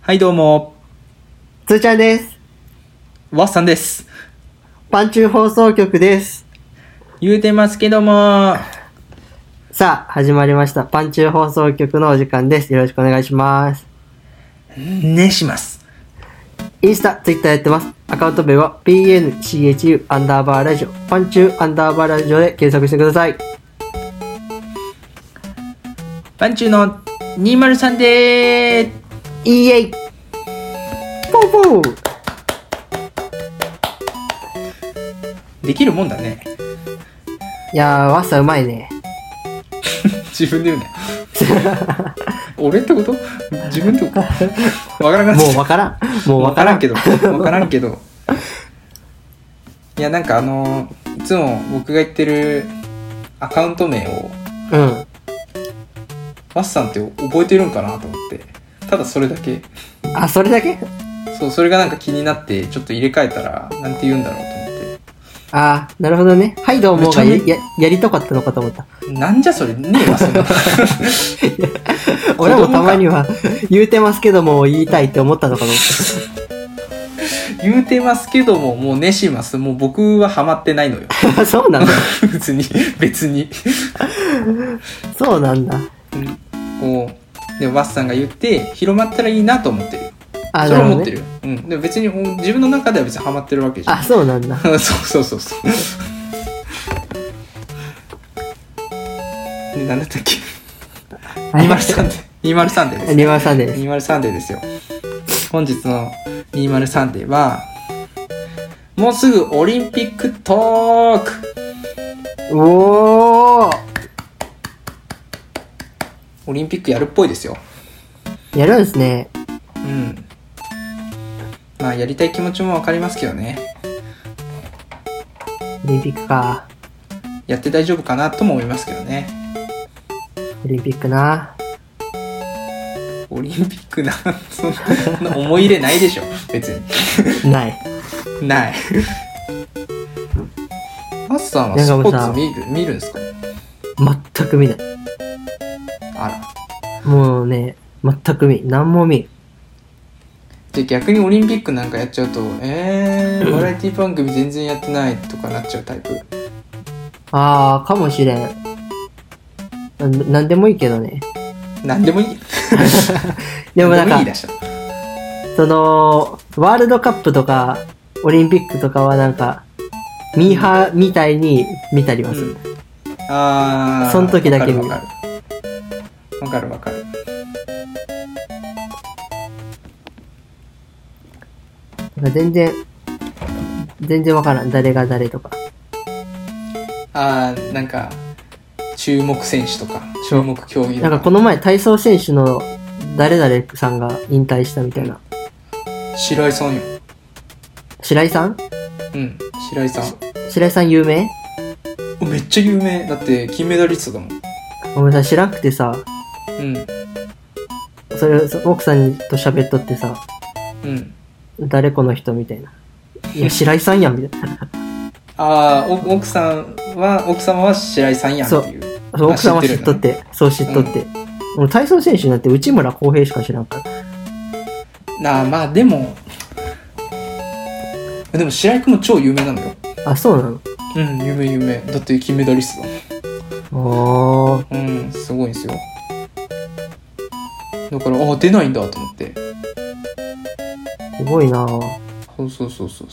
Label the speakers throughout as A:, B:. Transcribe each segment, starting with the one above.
A: はいどうも、
B: つーちゃんです。
A: ワッサンです。
B: パンチュー放送局です。
A: 言うてますけども、
B: さあ、始まりました。パンチュー放送局のお時間です。よろしくお願いします。
A: ねします。
B: インスタ、ツイッターやってます。アカウント名は PNCHU アンダーバーラジオ、パンチューアンダーバーラジオで検索してください。
A: パンチューの203でー
B: イエイポーポー
A: できるもんだね。
B: いやー、わっさうまいね。
A: 自分で 言うね。俺ってこと自分ってことわからなくなっ
B: もう
A: ちゃ
B: わ
A: っ
B: からん。
A: た
B: もう
A: わ
B: わ
A: か
B: から
A: ん
B: らん
A: けど。わからんけど。いや、なんかあのーいつも僕が言ってるアカウント名を、
B: うん。
A: ワッサンって覚えてるんかなと思って。ただそれだけ。
B: あ、それだけ
A: そう、それがなんか気になって、ちょっと入れ替えたら、なんて言うんだろうと思って。
B: あー、なるほどね。はい、どうもが
A: め
B: や
A: っちゃ
B: ややりたかったのかと思った。
A: なんじゃそれねえわ、そんな。
B: 俺もたまには言うてますけども言いたいって思ったのかと思った。
A: 言うてますけども、もうねします。もう僕はハマってないのよ。
B: あ そうなんだ。
A: 別に、別に。
B: そうなんだ。
A: こう、で、ワッサンが言って、広まったらいいなと思ってる。
B: あ、
A: それ
B: な
A: は
B: るほ
A: 思
B: ど
A: って
B: ね。
A: る。うん。でも別に、お自分の中では別にハマってるわけじゃん。
B: あ、そうなん だ。
A: そうそうそうそう。で、なんだったっ け ?203 で。203でです。
B: ニワさんです。
A: 203デーですよ。本日の203デーは、もうすぐオリンピックトーク
B: おー
A: オリンピックやるっぽいですよ。
B: やるんですね。
A: うん。まあ、やりたい気持ちもわかりますけどね。
B: オリンピックか。
A: やって大丈夫かなとも思いますけどね。
B: オリンピックな。
A: オリンピックな、そんな思い入れないでしょ。別に。
B: ない。
A: ない。マスさんは
B: なん
A: ス
B: かも
A: ポ
B: うさ
A: ーツ見る、見るんですか
B: 全く見ない。
A: あら。
B: もうね、全く見。何も見ん。
A: で逆にオリンピックなんかやっちゃうとえー、バラエティ番組全然やってないとかなっちゃうタイプ
B: あー、かもしれん。ななんでもいいけどね。
A: なんでもいい
B: でもなん
A: 何でもいい、
B: か
A: 出しちゃった
B: その、ワールドカップとか、オリンピックとかはなんか、ミーハーみたいに見たりはす
A: う
B: る。
A: ん、あー
B: その時だけ見る
A: わかるわかるわかるわか
B: なんか全然、全然わからん。誰が誰とか。
A: るあーなんか注目選手とか注目競技と
B: なんかこの前体操選手の誰々さんが引退したみたいな。
A: 白井さんよ
B: 白井さん
A: うん白井さん
B: 白井さん有名
A: おめっちゃ有名だって金メダリストだもん
B: 俺さ、知らんくてさ、
A: うん
B: それ、そ奥さんと喋っとってさ、
A: うん
B: 誰この人みたいな。いや、白井さんやん、みたい な。
A: ああ奥さんは奥様は白井さんやんっていう
B: そう奥さんは
A: 知
B: 知
A: っ
B: ってと
A: る
B: って、そう知っとって。俺体操選手になって内村航平しか知らんから。
A: なあまあでもでも白井君も超有名なのよ
B: あ、そうなの
A: うん有名有名だって金メダリストだ
B: おー、
A: もんうんすごいんですよだからあ出ないんだと思って
B: すごいな
A: そうそうそうそうそう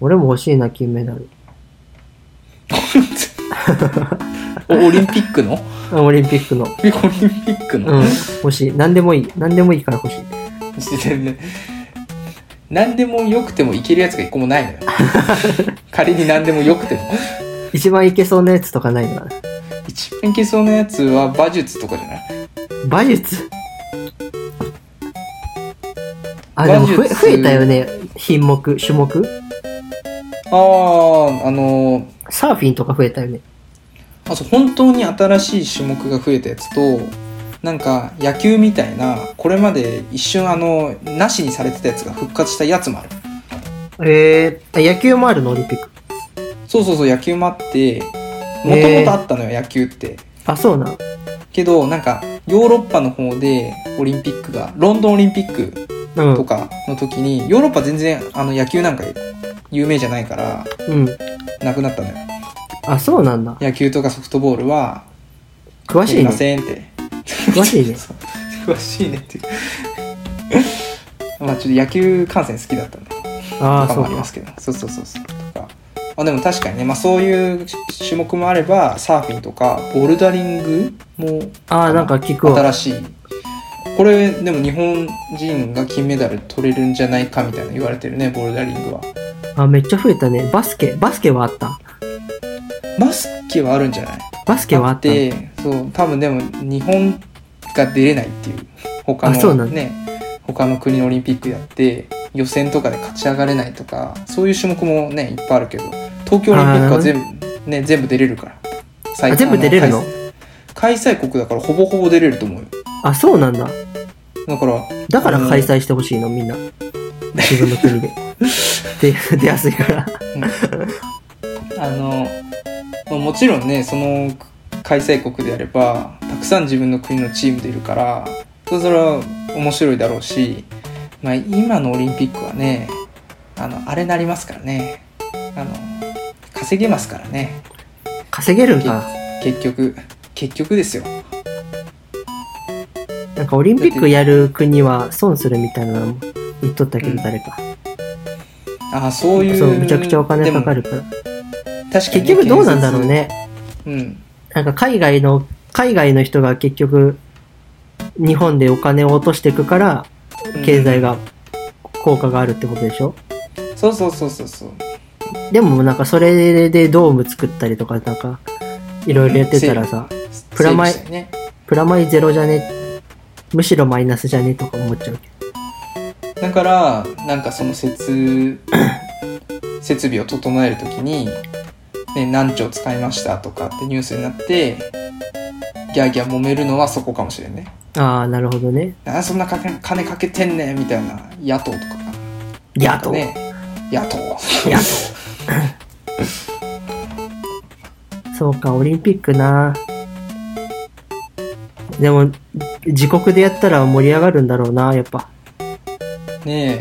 B: 俺も欲しいな、金メダル。
A: おオリンピックの
B: あオリンピックの。
A: えオリンピック
B: う
A: の、
B: ん、欲しい。何でもいい。何でもいいから欲しい。
A: 自然ね何でもよくてもいけるやつが一個も ないのよ仮に何でもよくても
B: 一番いけそうなやつとかないのかな
A: 一番いけそうなやつは馬術とかじゃない
B: 馬術あ、でも増
A: 馬
B: え
A: 術
B: 増えたよね。品目、種目。
A: あああのー
B: サーフィンとか増えたよね。
A: あそう本当に新しい種目が増えたやつとなんか野球みたいなこれまで一瞬あのなしにされてたやつが復活したやつもある
B: えー、あ野球もあるのオリンピック。
A: そうそうそう野球もあってもとも
B: へー
A: とあったのよ、野球って
B: あ、そうなの。
A: けどなんかヨーロッパの方でオリンピックがロンドンオリンピック
B: うん
A: とかの時に、ヨーロッパ全然あの野球なんか有名じゃないから、
B: うん
A: なくなったのよ。
B: あそうなんだ
A: 野球とかソフトボールは、
B: 詳しい
A: ま
B: ね
A: せんって。
B: 詳しいね
A: そう 詳しいねっていう。まあちょっと野球観戦好きだったんで、と
B: ああ
A: か
B: そ
A: も
B: う
A: ありま
B: か
A: すけど、そうそうそうそう。とか。あでも確かにね、まあそういう種目もあれば、サーフィンとか、ボルダリングも
B: ああなんか聞くわ
A: 新しいこれでも日本人が金メダル取れるんじゃないかみたいな言われてるねボルダリングは
B: あめっちゃ増えたねバスケバスケはあった
A: バスケはあるんじゃない
B: バスケはあった
A: てそう多分でも日本が出れないっていう他
B: あそう
A: の
B: なんだ
A: ね他の国のオリンピックやって予選とかで勝ち上がれないとかそういう種目もねいっぱいあるけど東京オリンピックは全部ね全部出れるから最
B: あ全部出れるの
A: あ開催開催国だからほぼほぼ出れると思うよ
B: あそうなんだ
A: だから
B: だから開催してほしいのみんな自分の 国でで出やすいから
A: あのまあもちろんねその開催国であればたくさん自分の国のチームでいるからそれは面白いだろうし、まあ、今のオリンピックはねあのあれなりますからねあの稼げますからね
B: 稼げるんか
A: 結局結局ですよ
B: なんかオリンピックやる国は損するみたいなのも言っとったけ
A: うん
B: ど誰か、
A: ああそういう
B: そうめちゃくちゃお金かかる
A: で
B: から
A: も確かに
B: 結
A: ね
B: 局どうなんだろうね
A: 建設うん
B: なんか海外の海外の人が結局日本でお金を落としていくから
A: うん
B: 経済が効果があるってことでしょ、
A: そうそうそうそうそう
B: でもなんかそれでドーム作ったりとかなんかいろいろやってたらさプラマイ
A: 整備したよね
B: プラマイゼロじゃねむしろマイナスじゃねとか思っちゃうけ
A: だからなんかその設設備を整えるときに、ね、何兆使いましたとかってニュースになってギャーギャー揉めるのはそこかもしれんね。
B: どああなるほどね
A: なんでそんなかけ金かけてんねんみたいな野党とかが
B: 野党、
A: ね野党
B: 野そうかオリンピックなでも自国でやったら盛り上がるんだろうなやっぱ
A: ね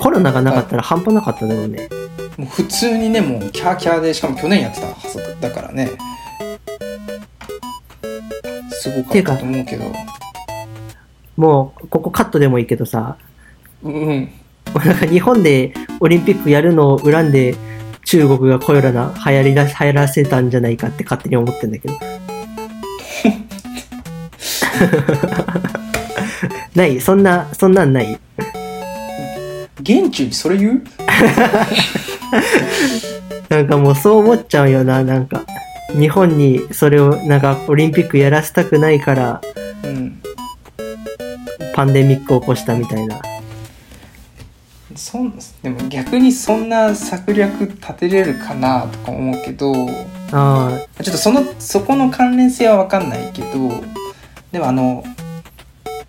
B: コロナがなかったら半端なかっただろうね
A: えもう普通にねもうキャーキャーでしかも去年やってたはずだからねすごかったと思うけど
B: もうここカットでもいいけどさ
A: うんうん
B: なん か日本でオリンピックやるのを恨んで中国がこよらな流行りだ流行らせたんじゃないかって勝手に思ってんだけど ないそんなそんなんない
A: 現地にそれ言う
B: なんかもうそう思っちゃうよななんか日本にそれをなんかオリンピックやらせたくないから
A: うん
B: パンデミックを起こしたみたいな
A: そんでも逆にそんな策略立てれるかなとか思うけどちょ
B: あ
A: っとそのそこの関連性は分かんないけどでもあの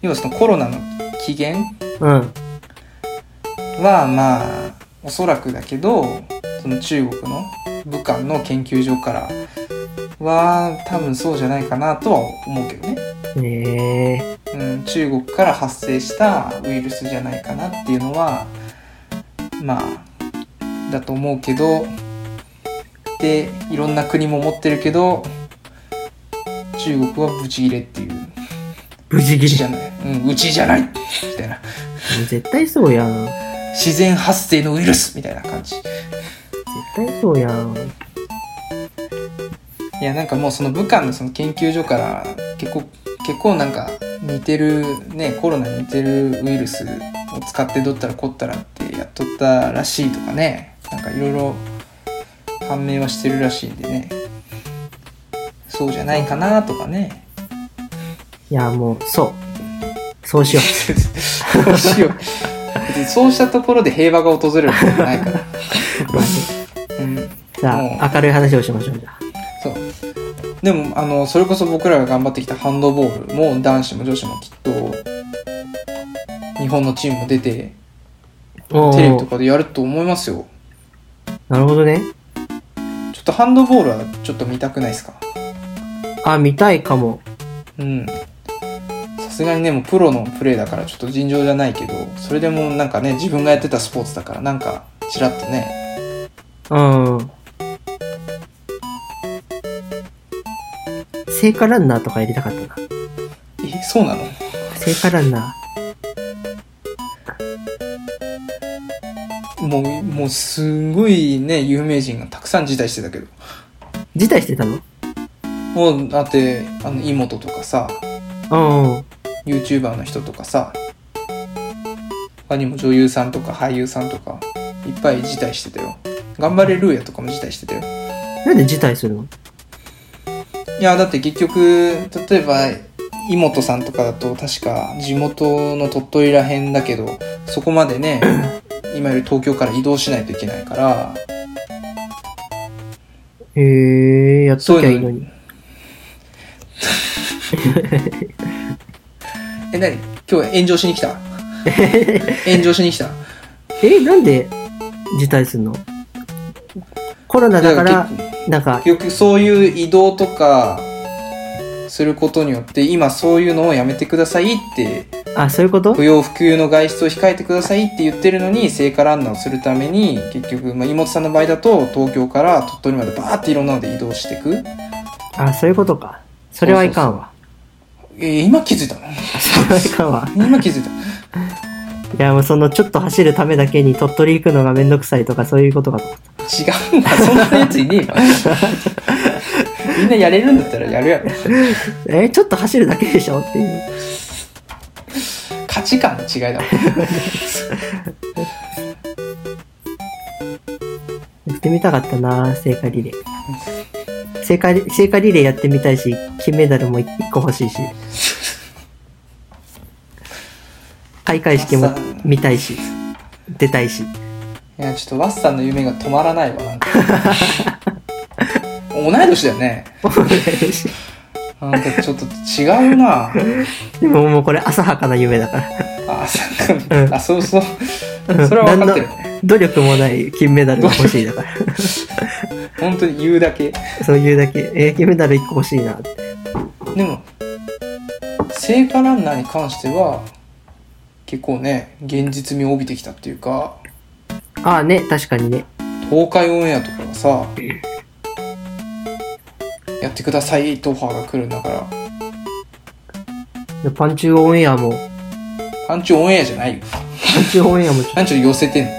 A: 要はそのコロナの起源
B: あうん
A: はまあおそらくだけどその中国の武漢の研究所からは多分そうじゃないかなとは思うけどね、
B: ええ
A: うん、中国から発生したウイルスじゃないかなっていうのはまあだと思うけどでいろんな国も持ってるけど中国はブチギレっていう
B: 無事
A: うち
B: 切
A: じゃ
B: り
A: ない、うん、うちじゃないみたいな
B: 絶対そうやん絶
A: 自然発生のウイルスみたいな感じ
B: 対そうやん
A: いやなんかもうその武漢のその研究所から結構結構なんか似てるねコロナに似てるウイルスを使ってどったらこったらってやっとったらしいとかねなんかいろいろ判明はしてるらしいんでねそうじゃないかなとかね
B: いやもうそうそうしよ
A: どうしよう別にそうしたところで平和が訪れることじゃないから、うん、
B: うさあ明るい話をしましょうじゃあ
A: そうでもあのそれこそ僕らが頑張ってきたハンドボールも男子も女子もきっと日本のチームも出て
B: お
A: テレビと
B: お
A: かでやると思いますよ
B: なるほどね
A: ちょっとハンドボールはちょっと見たくないですか
B: あ見たいかも
A: うんさすがにねもうプロのプレーだからちょっと尋常じゃないけどそれでもなんかね自分がやってたスポーツだからなんかちらっとね
B: うん。聖火ランナーとか入れたかったな。
A: えそうなの
B: 聖火ランナ
A: もうもうすごいね有名人がたくさん辞退してたけど
B: ー。辞退してたの
A: もうだってあの妹とかさ
B: うん。
A: YouTuber の人とかさ他にも女優さんとか俳優さんとかいっぱい辞退してたよ頑張れルーヤとかも辞退してたよ
B: なんで辞退するの
A: いやだって結局例えば妹さんとかだと確か地元の鳥取らへんだけどそこまでね今より東京から移動しないといけないから
B: へえ、やっときゃいい
A: そ
B: の
A: う
B: に。
A: え何今日炎上しに来た炎上しに来た
B: え、なんで辞退するのコロナだから、なんか、
A: 結局そういう移動とかすることによって今そういうのをやめてくださいって
B: あ、そういうこと
A: 不要不急の外出を控えてくださいって言ってるのに聖火ランナーをするために結局、まあ、妹さんの場合だと東京から鳥取までバーっていろんなので移動していく
B: あ、そういうことか。それはいかんわ。
A: えー今気づいたの
B: それはいかんわ。
A: 今気づいた
B: いや、もうその、ちょっと走るためだけに鳥取行くのがめんどくさいとか、そういうことかと。
A: 違うんだそんなやついねえよみんなやれるんだったらやるやろ
B: え、ちょっと走るだけでしょっていう。
A: 価値観の違いだもん
B: やってみたかったな聖火リレー。聖火リ、聖火リレーやってみたいし、金メダルも一個欲しいし。開会式も見たいし、出たいし。
A: いやちょっとワッサンの夢が止まらないわなんか同い年だよねなんかちょっと違う な
B: でももうこれ浅はかな夢だから。
A: あそっか
B: うん
A: あそうそうそれは分かってるね
B: 何の努力もない金メダルが欲しいだから。
A: 本当に言うだけ
B: そういうだけ。えー、金メダル一個欲しいなって。
A: でも聖火ランナーに関しては結構ね現実味を帯びてきたっていうか
B: ああね、確かにね。
A: 東海オンエアとかがさやってくださいってオファーが来るんだから
B: パンチオンエアも、
A: アンチオンエアじゃないよ
B: パンチオンエアもちょっ
A: アンチ寄せてんの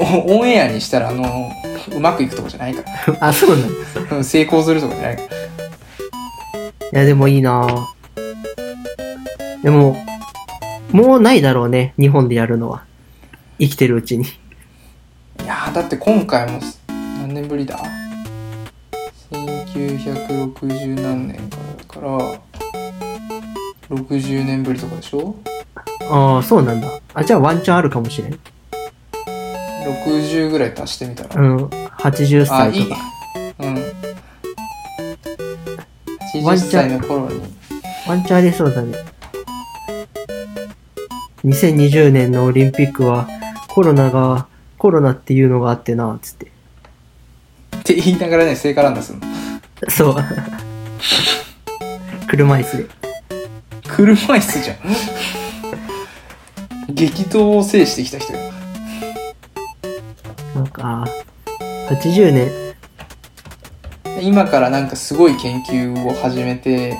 A: オンオンエアにしたらあのうまくいくとこじゃないか
B: と、あ、そうなのい
A: らうん成功するとこじゃないから
B: や、でもいいなぁでも、もうないだろうね、日本でやるのは。生きてるうちに。
A: いやーだって今回も何年ぶりだ1960何年からだから60年ぶりとかでしょ
B: ああ、そうなんだ。あ、じゃあワンチャンあるかもしれん。
A: 60ぐらい足してみたら、
B: うん、80
A: あ
B: 歳
A: いい
B: とか。
A: うん
B: ワ
A: 80
B: ンチャ
A: 歳
B: ン
A: の頃に
B: ワンチャンありそうだね。2020年のオリンピックは、コロナが、コロナっていうのがあってな、つって。
A: って言いながらね聖火ランナーするの
B: そう。 車椅子で。
A: 車椅子じゃん激闘を制してきた人よ
B: なんか、80年、
A: 今からなんかすごい研究を始めて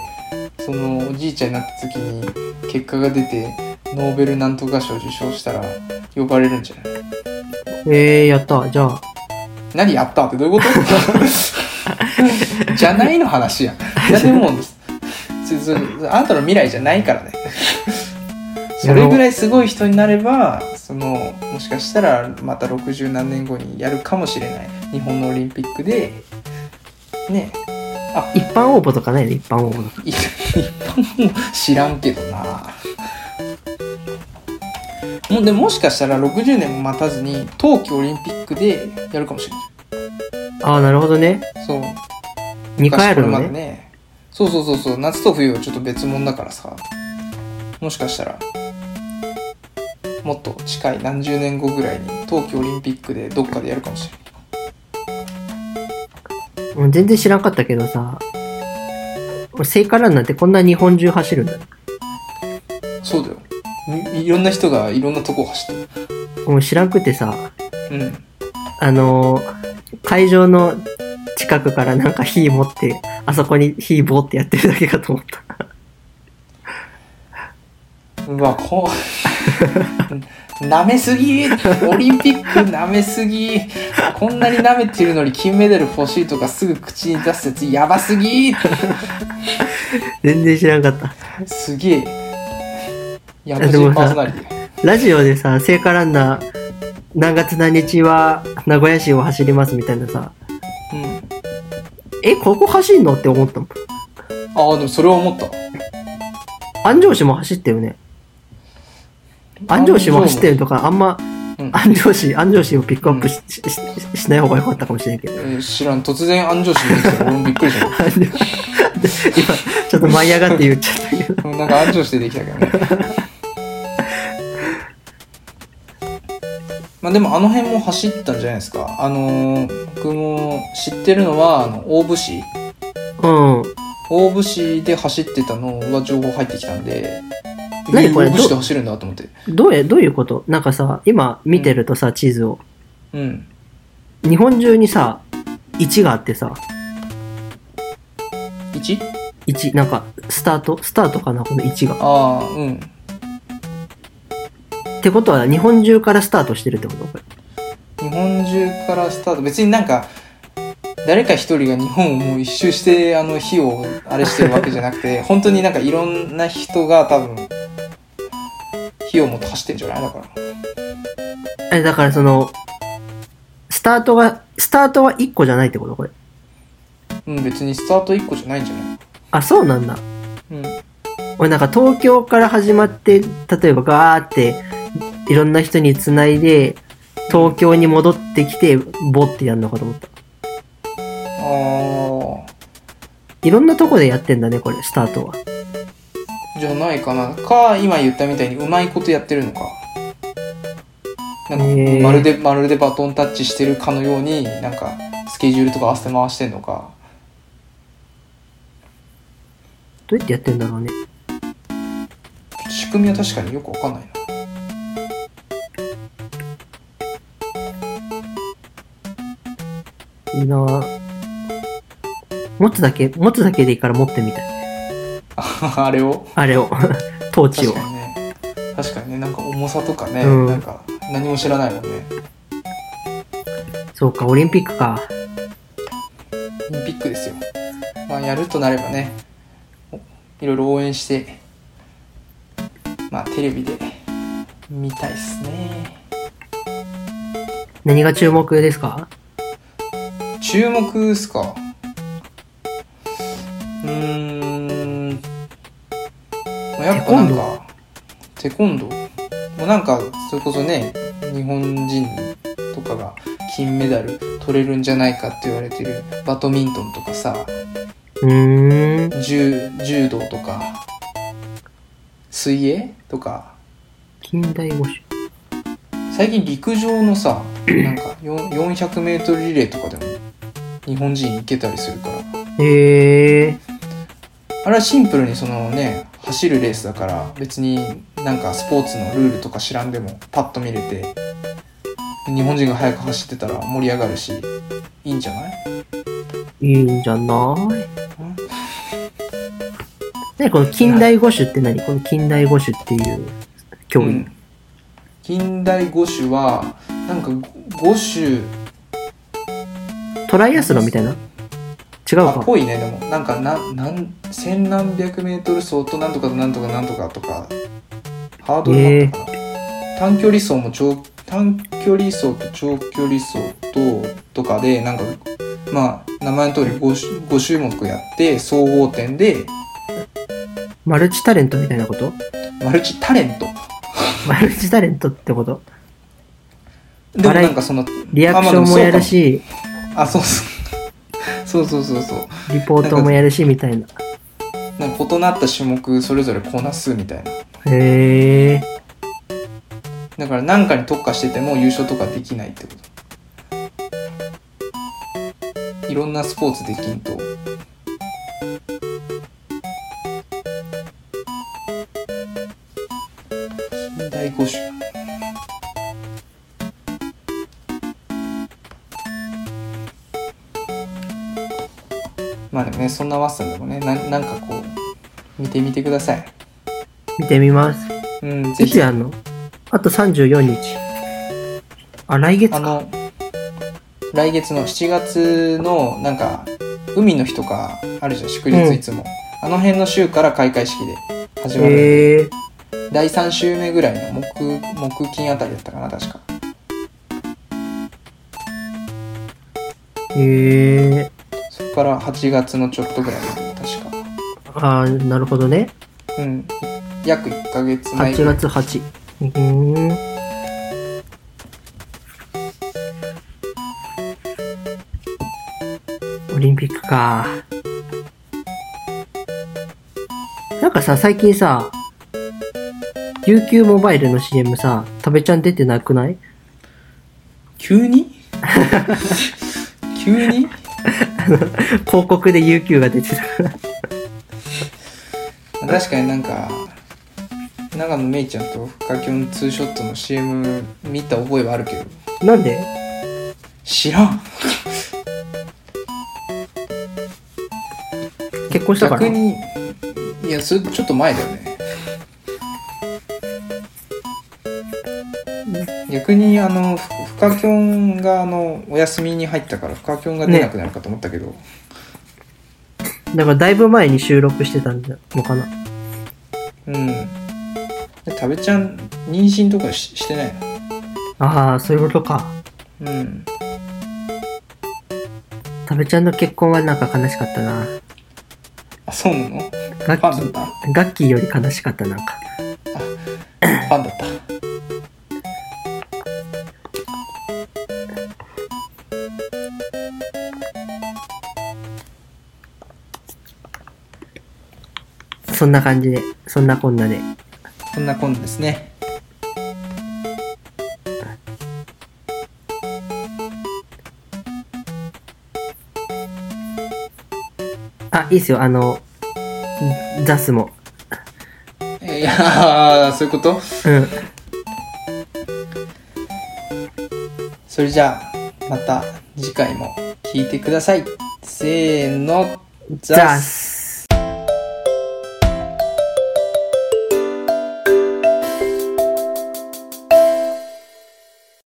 A: そのおじいちゃんになった時に結果が出てノーベルなんとか賞受賞したら呼ばれるんじゃない
B: ええー、やった。じゃあ、
A: 何やったってどういうことじゃないの話やんいやでもそそあなたの未来じゃないからねそれぐらいすごい人になればそのもしかしたらまた60何年後にやるかもしれない日本のオリンピックでねあ
B: 一般応募とかないの一般応募とか。
A: い一般も知らんけどなもうでももしかしたら60年も待たずに冬季オリンピックでやるかもしれな
B: ああ、なるほどね。
A: いそう
B: 2回ある
A: 昔こ
B: の
A: れまで
B: ね。
A: ねそうそうそうそう夏と冬はちょっと別物だからさもしかしたらもっと近い何十年後ぐらいに冬季オリンピックでどっかでやるかもしれない
B: うん全然知らんかったけどさ、俺聖火ランなんてこんな日本中走るんだ。
A: そうだよいいろんな人がいろんなとこ走って
B: もう知らんくてさ、
A: るうん
B: あのー会場の近くからなんか火持って、あそこに火棒ってやってるだけかと思った。
A: うわこう 舐めすぎオリンピック舐めすぎこんなに舐めてるのに金メダル欲しいとかすぐ口に出すやつやばすぎ
B: 全然知らんかった。
A: すげえやばし
B: でも
A: い
B: さ
A: パーソナリティ
B: ラジオでさ、聖火ランナー、何月何日は名古屋市を走りますみたいなさ、
A: うん
B: え、ここ走んのって思ったもん。
A: ああでもそれは思った
B: 安城市も走ったよね。安城市も走ってるとか、あんま、
A: うん
B: 安城市、安城市をピックアップし,し、しししない方が良かったかもしれんけど。
A: えー知らん突然安城市に来たら俺もびっくりした
B: 安城今、ちょっと舞い上がって言っちゃったけど。
A: うんなんか安城してできたけどね。まあでもあの辺も走ったんじゃないですか。あのー僕も知ってるのは、あの、大府市。
B: うん。
A: 大府市で走ってたのは情報入ってきたんで、
B: 何これ
A: 大府市で走るんだと思って。
B: どうや、どういうことなんかさ、今見てるとさ、地図を。
A: うん。
B: 日本中にさ、1があってさ、
A: 1?
B: 1、なんか、スタートスタートかなこの1が。
A: ああ、うん。
B: ってことは、日本中からスタートしてるってことこれ
A: 日本中からスタート。別になんか、誰か一人が日本をもう一周して、あの、火をあれしてるわけじゃなく て、本当になんかいろんな人が多分、火をもって走ってんじゃないだから。
B: え、だからその、スタートが、スタートは1個じゃないってことこれ。
A: うん、別にスタート1個じゃないんじゃない
B: あ、そうなんだ。
A: うん。
B: 俺なんか東京から始まって、例えばガーって、いろんな人に繋いで、東京に戻ってきて、ボってやるのかと思った。
A: あ
B: いろんなとこでやってんだね、これ、スタートは。
A: ー、じゃないかな。か、今言ったみたいにうまいことやってるのか。なんか、
B: へー
A: まるで、まるでバトンタッチしてるかのように、なんか、スケジュールとか合わせて回してんのか。
B: どうやってやってんだろうね。
A: 仕組みは確かによくわかんないな。
B: いいなぁ。持つだけ、持つだけでいいから持ってみたい。
A: あれを
B: あれを。トーチ
A: 確
B: を
A: か。にね確かにねなんか重さとかね、
B: うん
A: なんか何も知らないもんね
B: そうか、オリンピックか。
A: オリンピックですよまあやるとなればねおいろいろ応援してまあテレビで見たいっすね
B: 何が注目ですか
A: 注目っすかうーんまあやっぱなんかテコンドーもうなんかそれこそね日本人とかが金メダル取れるんじゃないかって言われてるバドミントンとかさ
B: うーん。
A: 柔柔道とか水泳とか
B: 近代五種。
A: 最近陸上の さなんか 400m リレーとかでも日本人行けたりするから
B: へえ。
A: あれはシンプルにそのね走るレースだから別になんかスポーツのルールとか知らんでもパッと見れて日本人が速く走ってたら盛り上がるしいいんじゃない
B: いいんじゃないねこの近代五種って何この近代五種っていう競技。
A: うん近代五種はなんか五種
B: トライアスロンみたいな違う
A: あっ
B: か。
A: ぽいねでもなんかななん千何百メートル走となんとかとなんとかなんとかとかハードルだったかな、短距離走も長短距離走と長距離走ととかでなんかまあ名前の通り 5, 5種目やって総合点で
B: マルチタレントみたいなこと
A: マルチタレント
B: マルチタレントってこと
A: でも
B: バラエ
A: なんかその
B: リアクションもやるし、
A: あそうそう そうそうそうそう
B: リポートもやるしみたいな。
A: なんか異なった種目それぞれこなすみたいな
B: へえ。
A: だから何かに特化してても優勝とかできないってこといろんなスポーツできんとまあでもねそんなワッサンでもねななんかこう見てみてください
B: 見てみます。
A: うんぜ
B: い
A: ひ
B: つやんのあと34日。あ、来月
A: あ
B: か。
A: の来月の7月のなんか海の日とかあるじゃん祝
B: うん
A: 日いつも、あの辺の週から開会式で始まる、
B: へえ
A: 第3週目ぐらいの木木金あたりだったかな確か
B: ー、へえ
A: そこから8月のちょっとぐらいまで確か
B: ー、あー、なるほどね。
A: うん約1ヶ月前
B: 8
A: ぐらい
B: 月8。うーん。オリンピックか。なんかさ、最近さ、UQ モバイルの CM さ、食べちゃん出てなくない
A: 急に急に
B: 広告で UQ が出てたから。
A: 確かになんか長野めいちゃんと深きょんツーショットの CM 見た覚えはあるけど
B: なんで
A: 知らん
B: 結婚したから
A: 逆にいやそれちょっと前だよね逆にあのふフカキョンがあのお休みに入ったからフカキョンが出なくなるかと思ったけど、
B: だからだいぶ前に収録してたんだのかな。
A: うんで食べちゃん妊娠とかししてない
B: ああ、そういうことか。
A: のうん
B: 食べちゃんの結婚はなんか悲しかったな。
A: あそうなのフ
B: ガッキ
A: ァン
B: ー、
A: だっ
B: ガッキーより悲しかったなんか。
A: たファンだった
B: そんな感じで、そんなこんなで。
A: そんな今度ですね
B: あ、いいっすよ、あの、ザスも。
A: えいやーそういうこと
B: うん。
A: それじゃあまた次回も聞いてくださいせーのザ
B: ザ
A: ス
B: ス。